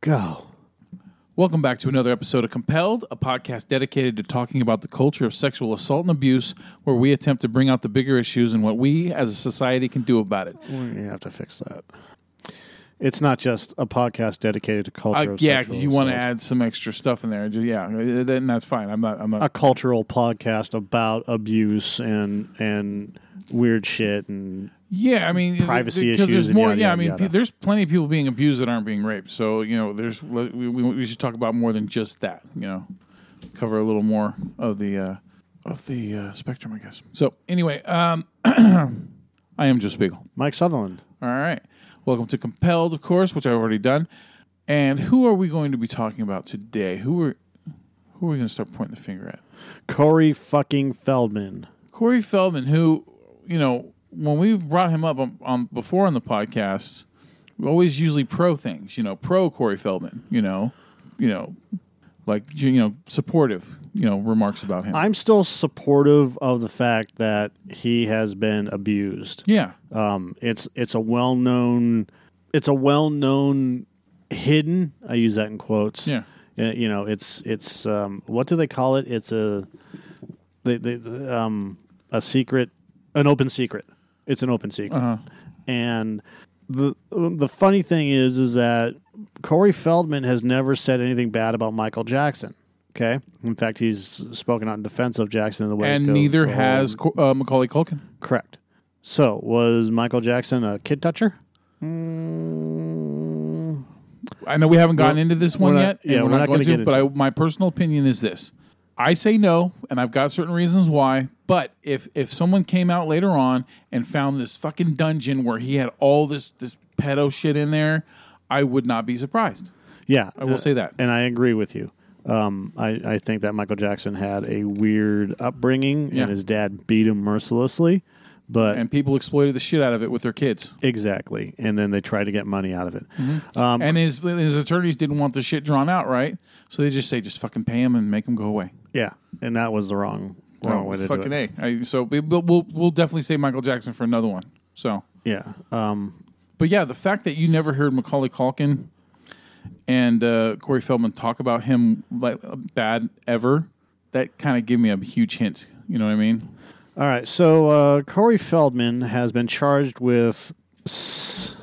Go. Welcome back to another episode of Compelled, a podcast dedicated to talking about the culture of sexual assault and abuse, where we attempt to bring out the bigger issues and what we as a society can do about it. We're gonna have to fix that. It's not just a podcast dedicated to Uh, culture. of yeah, sexual because you want to assault. add some extra stuff in there. Ju- Yeah, uh, then that's fine. I'm not. I'm not. a cultural podcast about abuse and and weird shit and yeah, I mean, privacy because issues There's and more. yada, yeah, I yada, mean, yada. pe- there's plenty of people being abused that aren't being raped. So you know, there's we, we, we should talk about more than just that. You know, cover a little more of the uh, of the uh, spectrum, I guess. So anyway, um, I am Joe Spiegel. Mike Sutherland. All right. Welcome to Compelled, of course, which I've already done. And who are we going to be talking about today? Who are who are we going to start pointing the finger at? Corey fucking Feldman. Corey Feldman, who you know, when we brought him up on, on before on the podcast, we always usually pro things. You know, pro Corey Feldman. You know, you know, like you know, supportive. You know, remarks about him. I'm still supportive of the fact that he has been abused. yeah, Um, it's it's a well known it's a well known hidden. I use that in quotes. Yeah. Uh, you know, it's it's um, what do they call it? It's a they, they, the, um, a secret, an open secret. It's an open secret. Uh-huh. And the the funny thing is, is that Corey Feldman has never said anything bad about Michael Jackson. Okay, in fact, he's spoken out in defense of Jackson in the way. and neither has Co- uh, Macaulay Culkin. Correct. So, was Michael Jackson a kid toucher? Mm. I know we haven't gotten We're- into this one we're not- yet, and yeah, we're, not, going gonna to. get But I, my personal opinion is this: I say no, and I've got certain reasons why. But if if someone came out later on and found this fucking dungeon where he had all this this pedo shit in there, I would not be surprised. Yeah, I will say that. Uh, and I agree with you. Um, I, I think that Michael Jackson had a weird upbringing, Yeah. and his dad beat him mercilessly. But And people exploited the shit out of it with their kids, exactly, and then they try to get money out of it. Mm-hmm. Um, and his his attorneys didn't want the shit drawn out, right? So they just say, just fucking pay him and make him go away. yeah, and that was the wrong wrong Oh, way to fucking do it. a. I, so we, we'll we'll- we'll definitely say Michael Jackson for another one. So Yeah, um, But yeah, the fact that you never heard Macaulay Culkin and uh, Corey Feldman talk about him like bad ever, that kind of gave me a huge hint. You know what I mean? all right. So uh, Corey Feldman has been charged with, s-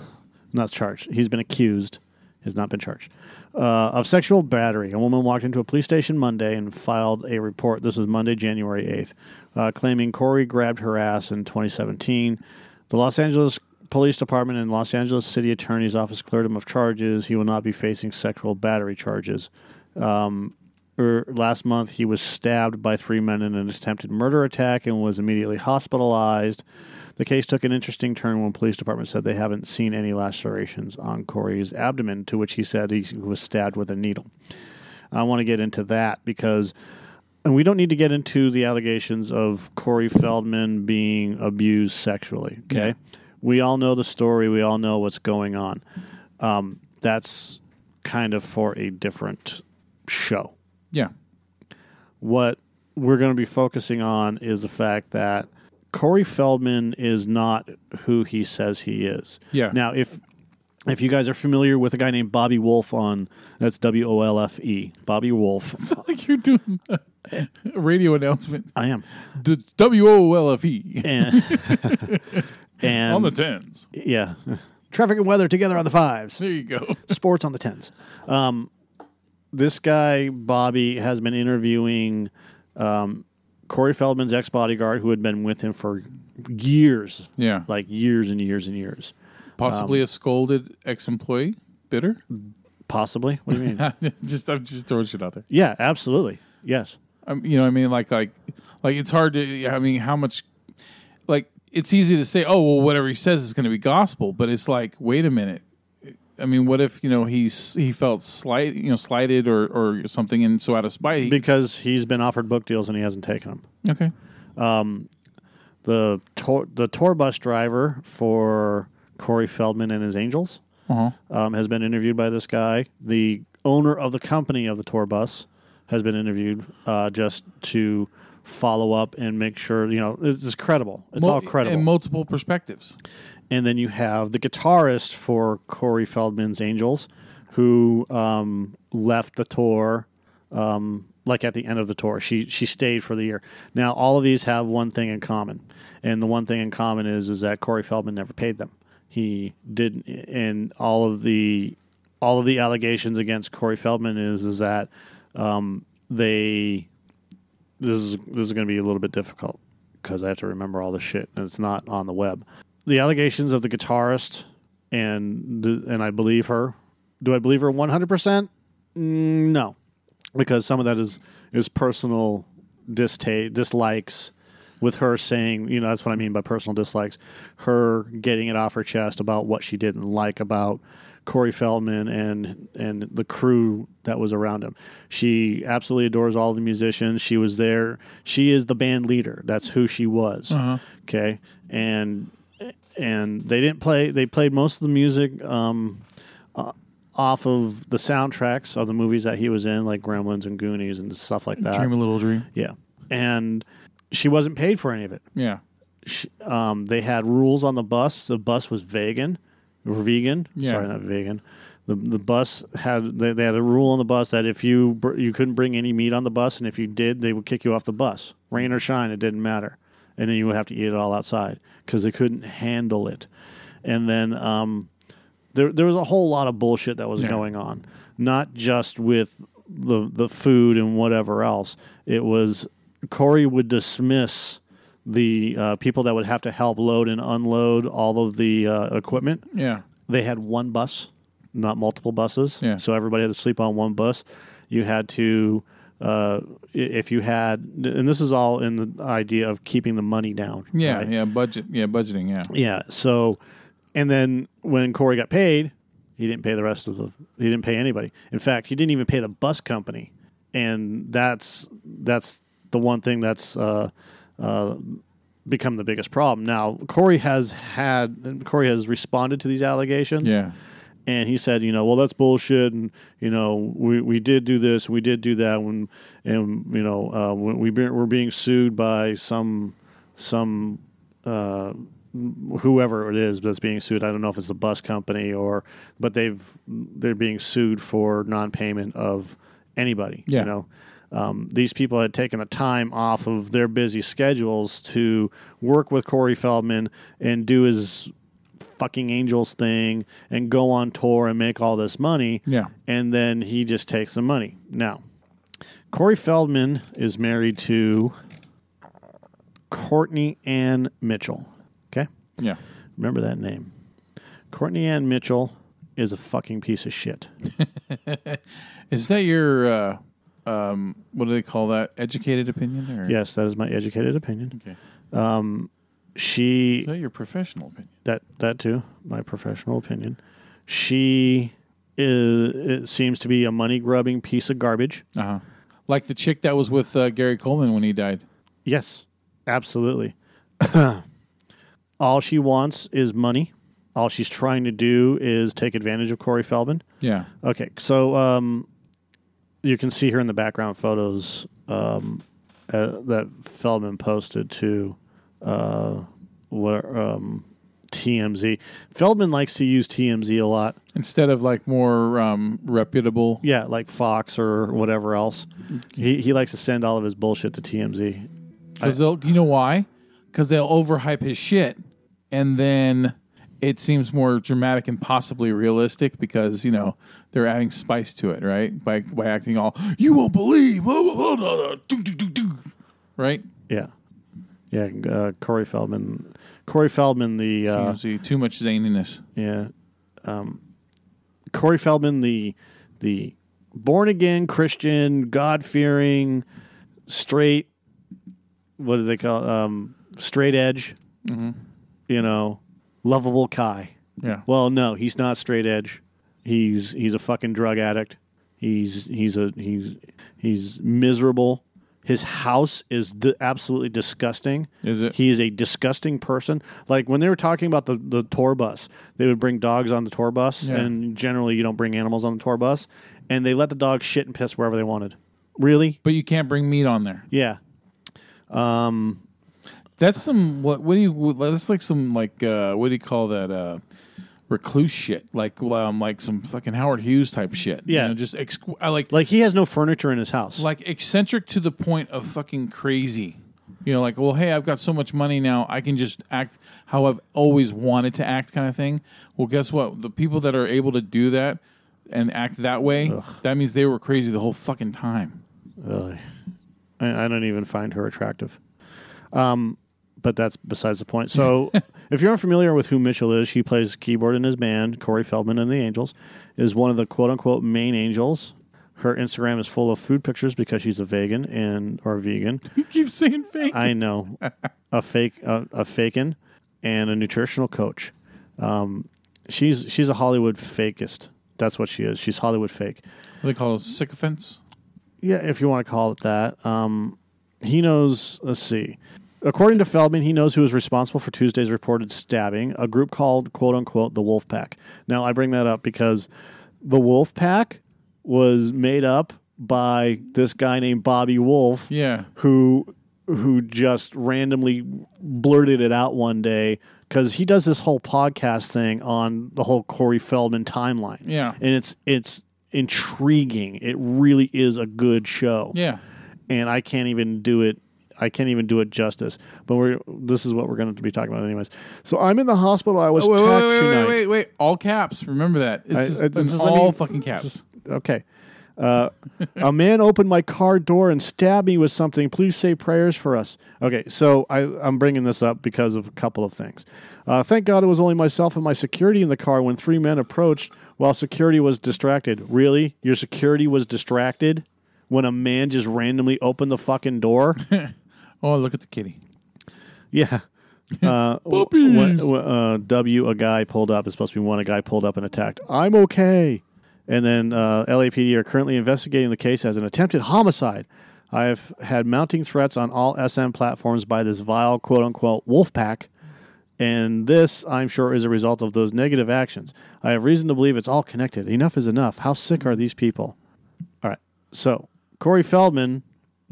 not charged. He's been accused. Has not been charged uh, of sexual battery. A woman walked into a police station Monday and filed a report. This was Monday, January eighth, uh, claiming Corey grabbed her ass in 2017. The Los Angeles Police Department and Los Angeles City Attorney's Office cleared him of charges. He will not be facing sexual battery charges. er, last month he was stabbed by three men in an attempted murder attack and was immediately hospitalized. The case took an interesting turn when police department said they haven't seen any lacerations on Corey's abdomen, to which he said he was stabbed with a needle. I want to get into that because, and we don't need to get into the allegations of Corey Feldman being abused sexually. Okay, we all know the story. We all know what's going on. Um, that's kind of for a different show Yeah. what we're going to be focusing on is the fact that Corey Feldman is not who he says he is. Yeah. Now, if if you guys are familiar with a guy named Bobby Wolf on that's W O L F E, Bobby Wolf. It's not like you're doing a radio announcement. I am. The W O L F E And, on and the tens. yeah. Traffic and weather together on the fives. There you go. sports on the tens. Um, this guy Bobby has been interviewing um, Corey Feldman's ex bodyguard, who had been with him for years, Yeah. like years and years and years, Possibly a scolded ex employee. Bitter? possibly. What do you mean? just I'm just throwing shit out there. yeah, absolutely. Yes. Um, you know what I mean? Like like like it's hard to I mean how much like it's easy to say, "Oh, well whatever he says is going to be gospel," but it's like, "Wait a minute." I mean, what if, you know, he's he felt slight, you know, slighted or or something and so out of spite. he- Because he's been offered book deals and he hasn't taken them. okay. The tour, the tour bus driver for Corey Feldman and his Angels Uh-huh. um, has been interviewed by this guy. The owner of the company of the tour bus has been interviewed uh, just to follow up and make sure you know it's, it's credible. It's all Mul- credible. And multiple perspectives. and then you have the guitarist for Corey Feldman's Angels, who um, left the tour. Um, like at the end of the tour, she she stayed for the year. Now all of these have one thing in common, and the one thing in common is is that Corey Feldman never paid them. He didn't, and all of the all of the allegations against Corey Feldman is is that um, they this is this is going to be a little bit difficult because I have to remember all this shit and it's not on the web. The allegations of the guitarist and the, and I believe her. Do I believe her one hundred percent? Mm, No, because some of that is is personal distaste dislikes with her saying you know that's what I mean by personal dislikes. Her getting it off her chest about what she didn't like about Corey Feldman and and the crew that was around him. She absolutely adores all the musicians. She was there. She is the band leader. That's who she was. Okay, and and they didn't play. They played most of the music um, uh, off of the soundtracks of the movies that he was in, like Gremlins and Goonies and stuff like that. Dream a little dream. Yeah, and she wasn't paid for any of it Yeah. sh- um, they had rules on the bus. The bus was vegan, or vegan. Yeah. Sorry, not vegan. The the bus had they, they had a rule on the bus that if you br- you couldn't bring any meat on the bus, and if you did, they would kick you off the bus, rain or shine. It didn't matter, and then you would have to eat it all outside because they couldn't handle it. And then um, there there was a whole lot of bullshit that was Yeah. going on, not just with the the food and whatever else. It was Corey would dismiss the uh, people that would have to help load and unload all of the uh, equipment. Yeah. They had one bus, not multiple buses. Yeah. So everybody had to sleep on one bus. You had to, uh, i- if you had, and this is all in the idea of keeping the money down. Yeah. right? Yeah. Budget. Yeah. Budgeting. Yeah. Yeah. So, and then when Corey got paid, he didn't pay the rest of the. He didn't pay anybody. In fact, he didn't even pay the bus company, and that's that's the one thing that's uh, uh, become the biggest problem. Now, Corey has had Corey has responded to these allegations Yeah. and he said, you know, well, that's bullshit, and you know, we, we did do this, we did do that, when, and you know, uh, when we be, we're being sued by some some uh, whoever it is that's being sued. I don't know if it's the bus company or, but they've they're being sued for non-payment of anybody. Yeah. You know, um, these people had taken a time off of their busy schedules to work with Corey Feldman and do his fucking Angels thing and go on tour and make all this money. Yeah. And then he just takes the money. Now, Corey Feldman is married to Courtney Ann Mitchell. Okay. Yeah. Remember that name. Courtney Ann Mitchell is a fucking piece of shit. Is that your uh, um, what do they call that? Educated opinion? Or? Yes, that is my educated opinion. Okay. She Is that your professional opinion? that that too my professional opinion she is it seems to be a money grubbing piece of garbage Uh huh. Like the chick that was with uh, Gary Coleman when he died. yes absolutely all she wants is money all she's trying to do is take advantage of corey feldman Yeah. okay so um, you can see her in the background photos um, uh, that feldman posted to uh, where, um, tmz feldman likes to use tmz a lot Instead of like more um, reputable. Yeah, like Fox or whatever else. He he likes to send all of his bullshit to TMZ. Because they'll, you know why? Because they'll overhype his shit, and then it seems more dramatic and possibly realistic because you know they're adding spice to it, right? By by acting all you won't believe, blah, blah, blah, blah, blah, doo, doo, doo, doo." right? Yeah, yeah. Uh, Corey Feldman, Corey Feldman, the uh, TMZ, too much zaniness. yeah, um, Corey Feldman, the the born again Christian, God fearing, straight. What do they call it? um, straight edge? You know, lovable Kai. Yeah, Well, no, he's not straight edge. He's he's a fucking drug addict. He's he's a he's he's miserable. His house is d- absolutely disgusting. Is it? He is a disgusting person. Like when they were talking about the, the tour bus, they would bring dogs on the tour bus, Yeah. and generally you don't bring animals on the tour bus, and they let the dogs shit and piss wherever they wanted. Really? but you can't bring meat on there. Yeah. That's some what? What do you? That's like some like uh, what do you call that? Uh, recluse shit, like um, like some fucking Howard Hughes type shit. Yeah. you know, just exqu- I like Like he has no furniture in his house. like eccentric to the point of fucking crazy. You know, like, well, hey, I've got so much money now, I can just act how I've always wanted to act, kind of thing. Well, guess what? The people that are able to do that and act that way, that means they were crazy the whole fucking time. Ugh. I, I don't even find her attractive. Um, but that's besides the point. So, if you're unfamiliar with who Mitchell is, he plays keyboard in his band, Corey Feldman and the Angels, is one of the quote unquote main angels. Her Instagram is full of food pictures because she's a vegan and or vegan. You keep saying fake. I know a fake a, a fakin and a nutritional coach. Um, she's she's a Hollywood fakist. That's what she is. She's Hollywood fake. they call those sycophants. Yeah, if you want to call it that. Um, he knows, let's see. According to Feldman, he knows who is responsible for Tuesday's reported stabbing, a group called, quote unquote, the Wolf Pack. Now, I bring that up because the Wolf Pack was made up by this guy named Bobby Wolf Yeah, who who just randomly blurted it out one day because he does this whole podcast thing on the whole Corey Feldman timeline. Yeah. and it's it's intriguing. It really is a good show. yeah. and I can't even do it. I can't even do it justice. But we're this is what we're going to be talking about, anyways. So I'm in the hospital. I was Oh, Wait, wait, taxi wait, wait, wait, night. wait, wait. All caps. Remember that. It's I- just, I- it's just let all me- fucking caps. Okay. Uh, a man opened my car door and stabbed me with something. Please say prayers for us. Okay, so I, I'm bringing this up because of a couple of things. Uh, thank God it was only myself and my security in the car when three men approached while security was distracted. Really? Your security was distracted when a man just randomly opened the fucking door? oh, look at the kitty. Yeah. Uh, Puppies. when- w- uh, w, a guy pulled up. It's supposed to be one, a guy pulled up and attacked. I'm okay. And then uh, LAPD are currently investigating the case as an attempted homicide. I have had mounting threats on all SM platforms by this vile, quote unquote, wolf pack. And this, I'm sure, is a result of those negative actions. I have reason to believe it's all connected. Enough is enough. How sick are these people? All right. So Corey Feldman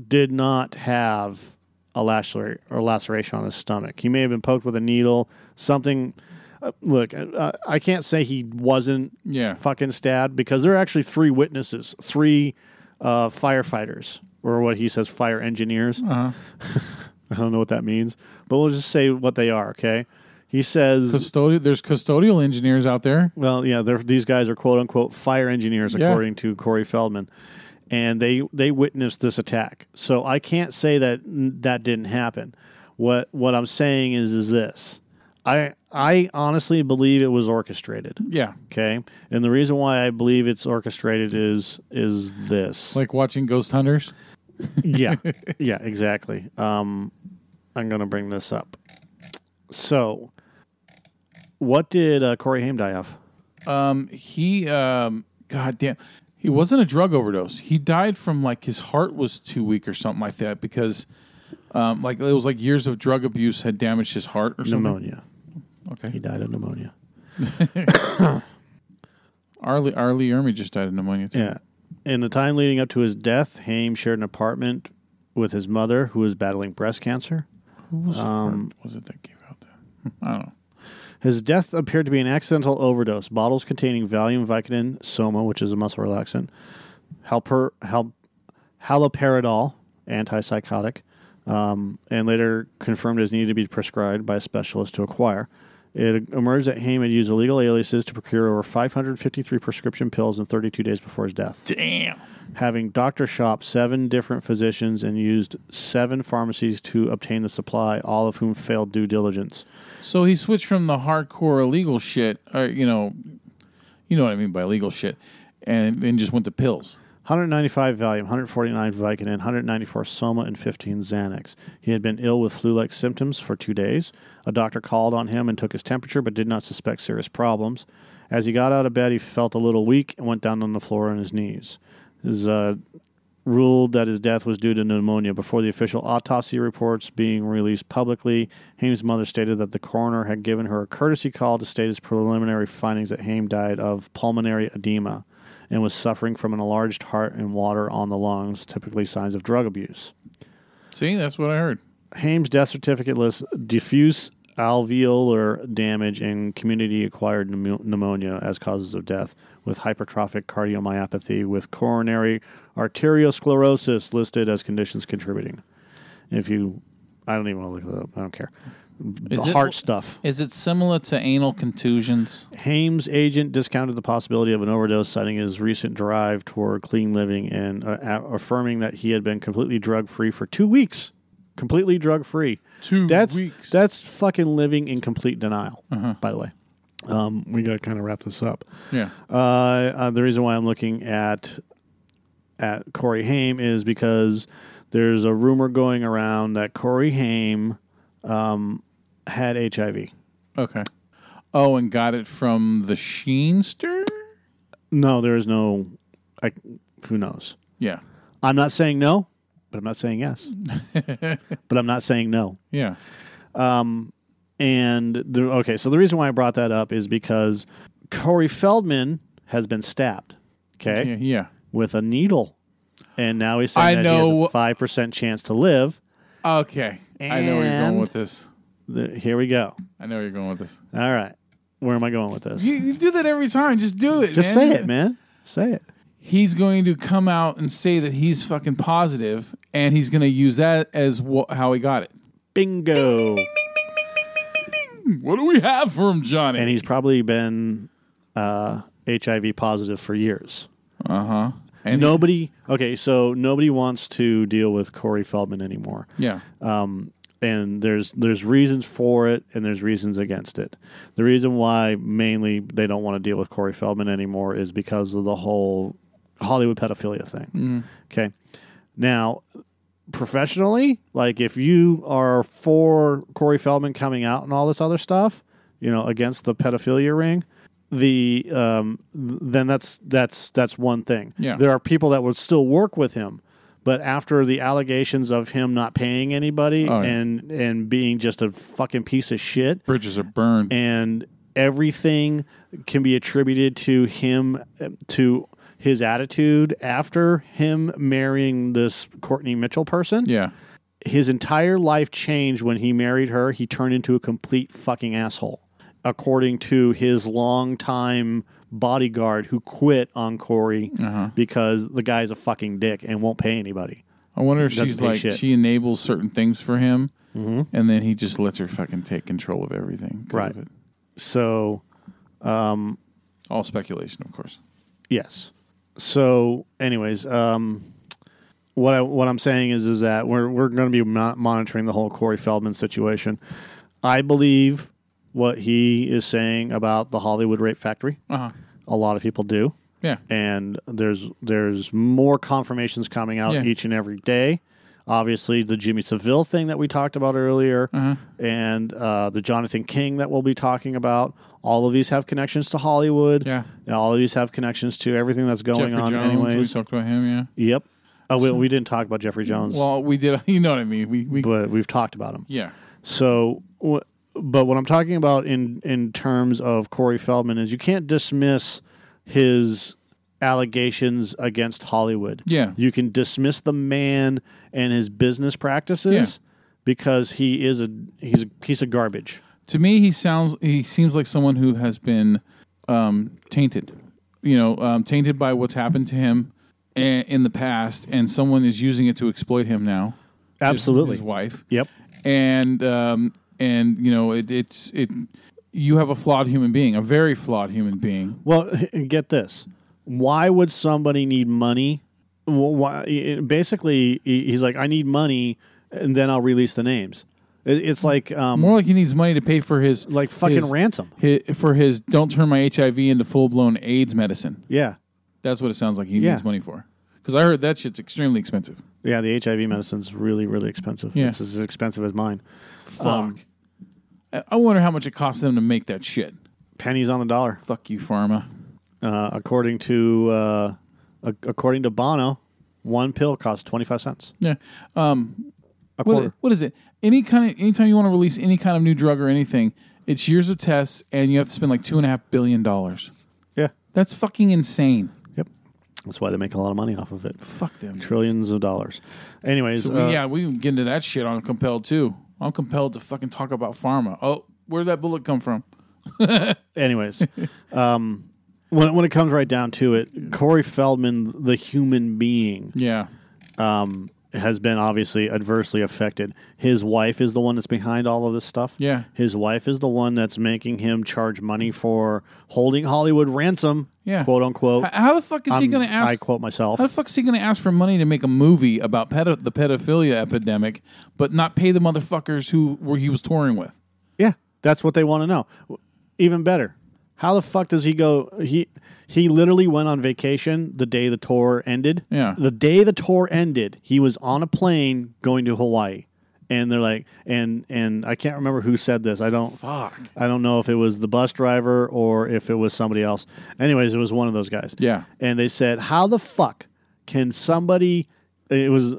did not have a lacer or laceration on his stomach. He may have been poked with a needle, something. Uh, look, uh, I can't say he wasn't Yeah. fucking stabbed because there are actually three witnesses, three uh, firefighters, or what he says, fire engineers. Uh-huh. I don't know what that means, but we'll just say what they are. Okay. He says, Custodial. There's custodial engineers out there. well, yeah, they're, these guys are quote unquote fire engineers, Yeah. according to Corey Feldman, and they they witnessed this attack. So I can't say that that didn't happen. What what I'm saying is is this. I I honestly believe it was orchestrated. Yeah. Okay, and the reason why I believe it's orchestrated is is this. Like watching Ghost Hunters. yeah, yeah, exactly. Um, I'm going to bring this up. So, what did uh, Corey Haim die of? Um, he, um, God damn, he wasn't a drug overdose. He died from like his heart was too weak or something like that because, um, like it was like years of drug abuse had damaged his heart or something. Pneumonia. He Okay, died of pneumonia. Arlie Arlie Ermy just died of pneumonia. Too. Yeah. In the time leading up to his death, Haim shared an apartment with his mother, who was battling breast cancer. Who was, um, was it that gave out that? Hmm, I don't know. His death appeared to be an accidental overdose. Bottles containing Valium, Vicodin, Soma, which is a muscle relaxant, halper, hal, haloperidol, antipsychotic, um, and later confirmed as needed to be prescribed by a specialist to acquire. It emerged that Haim had used illegal aliases to procure over 553 prescription pills in 32 days before his death Damn. having doctor shopped seven different physicians and used seven pharmacies to obtain the supply, all of whom failed due diligence. So he switched from the hardcore illegal shit, or you know, you know what I mean by illegal shit, and then just went to pills. 195 Valium, 149 Vicodin, 194 Soma, and 15 Xanax. He had been ill with flu-like symptoms for two days. A doctor called on him and took his temperature, but did not suspect serious problems. As he got out of bed, he felt a little weak and went down on the floor on his knees. His uh, ruled that his death was due to pneumonia. Before the official autopsy reports being released publicly, Haim's mother stated that the coroner had given her a courtesy call to state his preliminary findings that Haim died of pulmonary edema and was suffering from an enlarged heart and water on the lungs, typically signs of drug abuse. See, that's what I heard. Haim's death certificate lists diffuse alveolar damage and community acquired pneumonia as causes of death, with hypertrophic cardiomyopathy, with coronary arteriosclerosis listed as conditions contributing. If you, I don't even want to look it up. I don't care. Is the it- heart stuff. Is it similar to anal contusions? Hames agent discounted the possibility of an overdose, citing his recent drive toward clean living and uh, a- affirming that he had been completely drug free for two weeks. Completely drug free. Two That's Mm-hmm. weeks. that's fucking living in complete denial. By the way, um, we got to kind of wrap this up. yeah. Uh, uh, the reason why I'm looking at at Corey Haim is because there's a rumor going around that Corey Haim um, had HIV. Okay. Oh, and got it from the Sheenster? No, there is no. I, who knows? Yeah. I'm not saying no, but I'm not saying yes. but I'm not saying no. Yeah. And the, okay, so the reason why I brought that up is because Corey Feldman has been stabbed. Okay, Yeah. Yeah. with a needle, and now he's saying I that he know- has a five percent chance to live. Okay. I know where you're going And- with this. The- here we go. I know where you're going with this. All right, where am I going with this? You, you do that every time. Just do it. Just man. say it, man. Say it. He's going to come out and say that he's fucking positive, and he's going to use that as wha- how he got it. Bingo. What do we have for him, Johnny? And he's probably been uh, HIV positive for years. uh huh. And Nobody. Okay, so nobody wants to deal with Corey Feldman anymore. yeah. Uh, and there's there's reasons for it and there's reasons against it. The reason why mainly they don't want to deal with Corey Feldman anymore is because of the whole Hollywood pedophilia thing. Okay, now professionally, like if you are for Corey Feldman coming out and all this other stuff, you know, against the pedophilia ring. The um, th- then that's that's that's one thing. Yeah. There are people that would still work with him, but after the allegations of him not paying anybody Oh, yeah. and and being just a fucking piece of shit Bridges are burned. and everything can be attributed to him uh, to his attitude after him marrying this Courtney Mitchell person. yeah. His entire life changed when he married her. He turned into a complete fucking asshole, according to his longtime bodyguard who quit on Corey Uh-huh. because the guy's a fucking dick and won't pay anybody. I wonder if Doesn't she's pay like shit. Mm-hmm. she enables certain things for him, and then he just lets her fucking take control of everything. 'cause Right. of it. So All speculation, of course. Yes. So, anyways, um, what I what I'm saying is is that we're we're going to be mo- monitoring the whole Corey Feldman situation. I believe what he is saying about the Hollywood Rape Factory. Uh huh. A lot of people do, Yeah. and there's there's more confirmations coming out Yeah. each and every day. Obviously, the Jimmy Seville thing that we talked about earlier, Uh-huh. and uh, the Jonathan King that we'll be talking about. All of these have connections to Hollywood. Yeah. And all of these have connections to everything that's going Jeffrey on, Jones. We anyways. talked about him. Yeah. Yep. Oh, we, we didn't talk about Jeffrey Jones, Well, we did. You know what I mean. We we but we've talked about him. yeah. So, wh- but what I'm talking about in in terms of Corey Feldman is you can't dismiss his allegations against Hollywood. Yeah. you can dismiss the man and his business practices because he is a he's a piece of garbage. To me, he sounds he seems like someone who has been um, tainted. You know, um, tainted by what's happened to him i- in the past, and someone is using it to exploit him now. His- Absolutely. his wife. Yep. and um, and you know it, it's it you have a flawed human being a very flawed human being Well, get this. Why would somebody need money? Well, why, it- basically, he- he's like, I need money, and then I'll release the names. It- It's like, um, more like he needs money to pay for his like fucking his- ransom. hi- for his don't turn my hiv into full-blown aids medicine Yeah, that's what it sounds like he Yeah. needs money for because i heard that shit's extremely expensive yeah. The HIV medicine's really, really expensive. Yeah. It's as expensive as mine. fuck Um, I, I wonder how much it costs them to make that shit Pennies on the dollar, fuck you pharma uh, according to uh, ac- according to Bono. One pill costs twenty five cents. yeah Um, A What, quarter. what is it? Any kind of anytime you want to release any kind of new drug or anything, it's years of tests, and you have to spend like two and a half billion dollars. Yeah. That's fucking insane. Yep. That's why they make a lot of money off of it. Fuck them. Trillions of dollars. Anyways, We- uh, yeah, we can get into that shit on compelled too. I'm compelled to fucking talk about pharma. Oh, where'd that bullet come from? Anyways, um, when when it comes right down to it, Corey Feldman, the human being, Yeah. um, has been obviously adversely affected. His wife is the one that's behind all of this stuff. Yeah. His wife is the one that's making him charge money for holding Hollywood ransom, Yeah. quote unquote. H- How the fuck is he I'm- going to ask? I quote myself. how the fuck is he going to ask for money to make a movie about pedo- the pedophilia epidemic, but not pay the motherfuckers who were he was touring with? Yeah, that's what they want to know. Even better, how the fuck does he go? He he literally went on vacation the day the tour ended. Yeah. the day the tour ended, he was on a plane going to Hawaii, and they're like, and and I can't remember who said this. I don't Fuck. I don't know if it was the bus driver or if it was somebody else. Anyways, it was one of those guys. Yeah. and they said, how the fuck can somebody? It was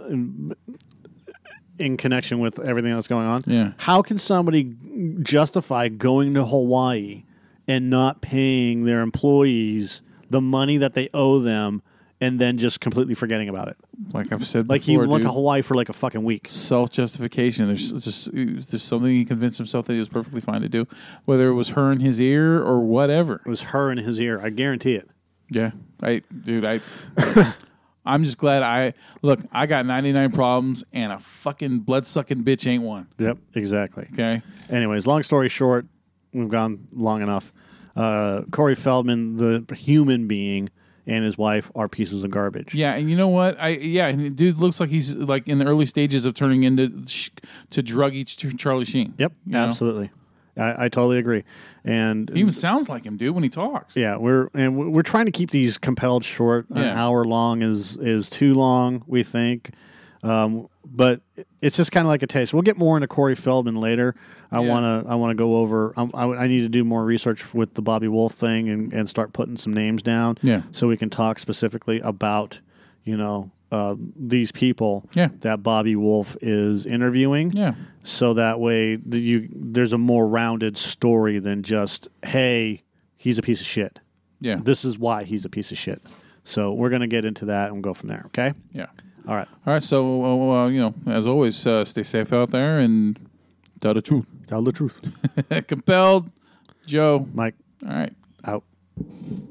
in connection with everything that's going on. Yeah. How can somebody justify going to Hawaii and not paying their employees the money that they owe them and then just completely forgetting about it? Like I've said Like before, he went dude, to Hawaii for like a fucking week. self justification. There's just there's something he convinced himself that he was perfectly fine to do, whether it was her in his ear or whatever. It was her in his ear. I guarantee it. Yeah, I dude, I I'm just glad I look. I got 99 problems, and a fucking blood sucking bitch ain't one. Yep, exactly. Okay, Anyways, long story short, we've gone long enough. Uh, Corey Feldman, the human being, and his wife are pieces of garbage. yeah, and you know what? I yeah, and the dude looks like he's like in the early stages of turning into sh- to drug each Ch- Charlie Sheen. Yep, You know? absolutely. I, I totally agree. And He even sounds like him, dude, when he talks. Yeah, we're and we- we're trying to keep these compelled short. An Yeah. hour long is is too long, we think. Um, but it's just kind of like a taste. We'll get more into Corey Feldman later. I Yeah. wanna I wanna go over. Um, I, I need to do more research with the Bobby Wolf thing and, and start putting some names down. Yeah. so we can talk specifically about you know uh, these people. Yeah. that Bobby Wolf is interviewing Yeah. so that way the, you there's a more rounded story than just hey he's a piece of shit yeah, this is why he's a piece of shit so we're going to get into that and go from there okay yeah. all right All right, so uh, uh, you know, as always, uh, stay safe out there and tell the truth. tell the truth Compelled, Joe. mike All right. out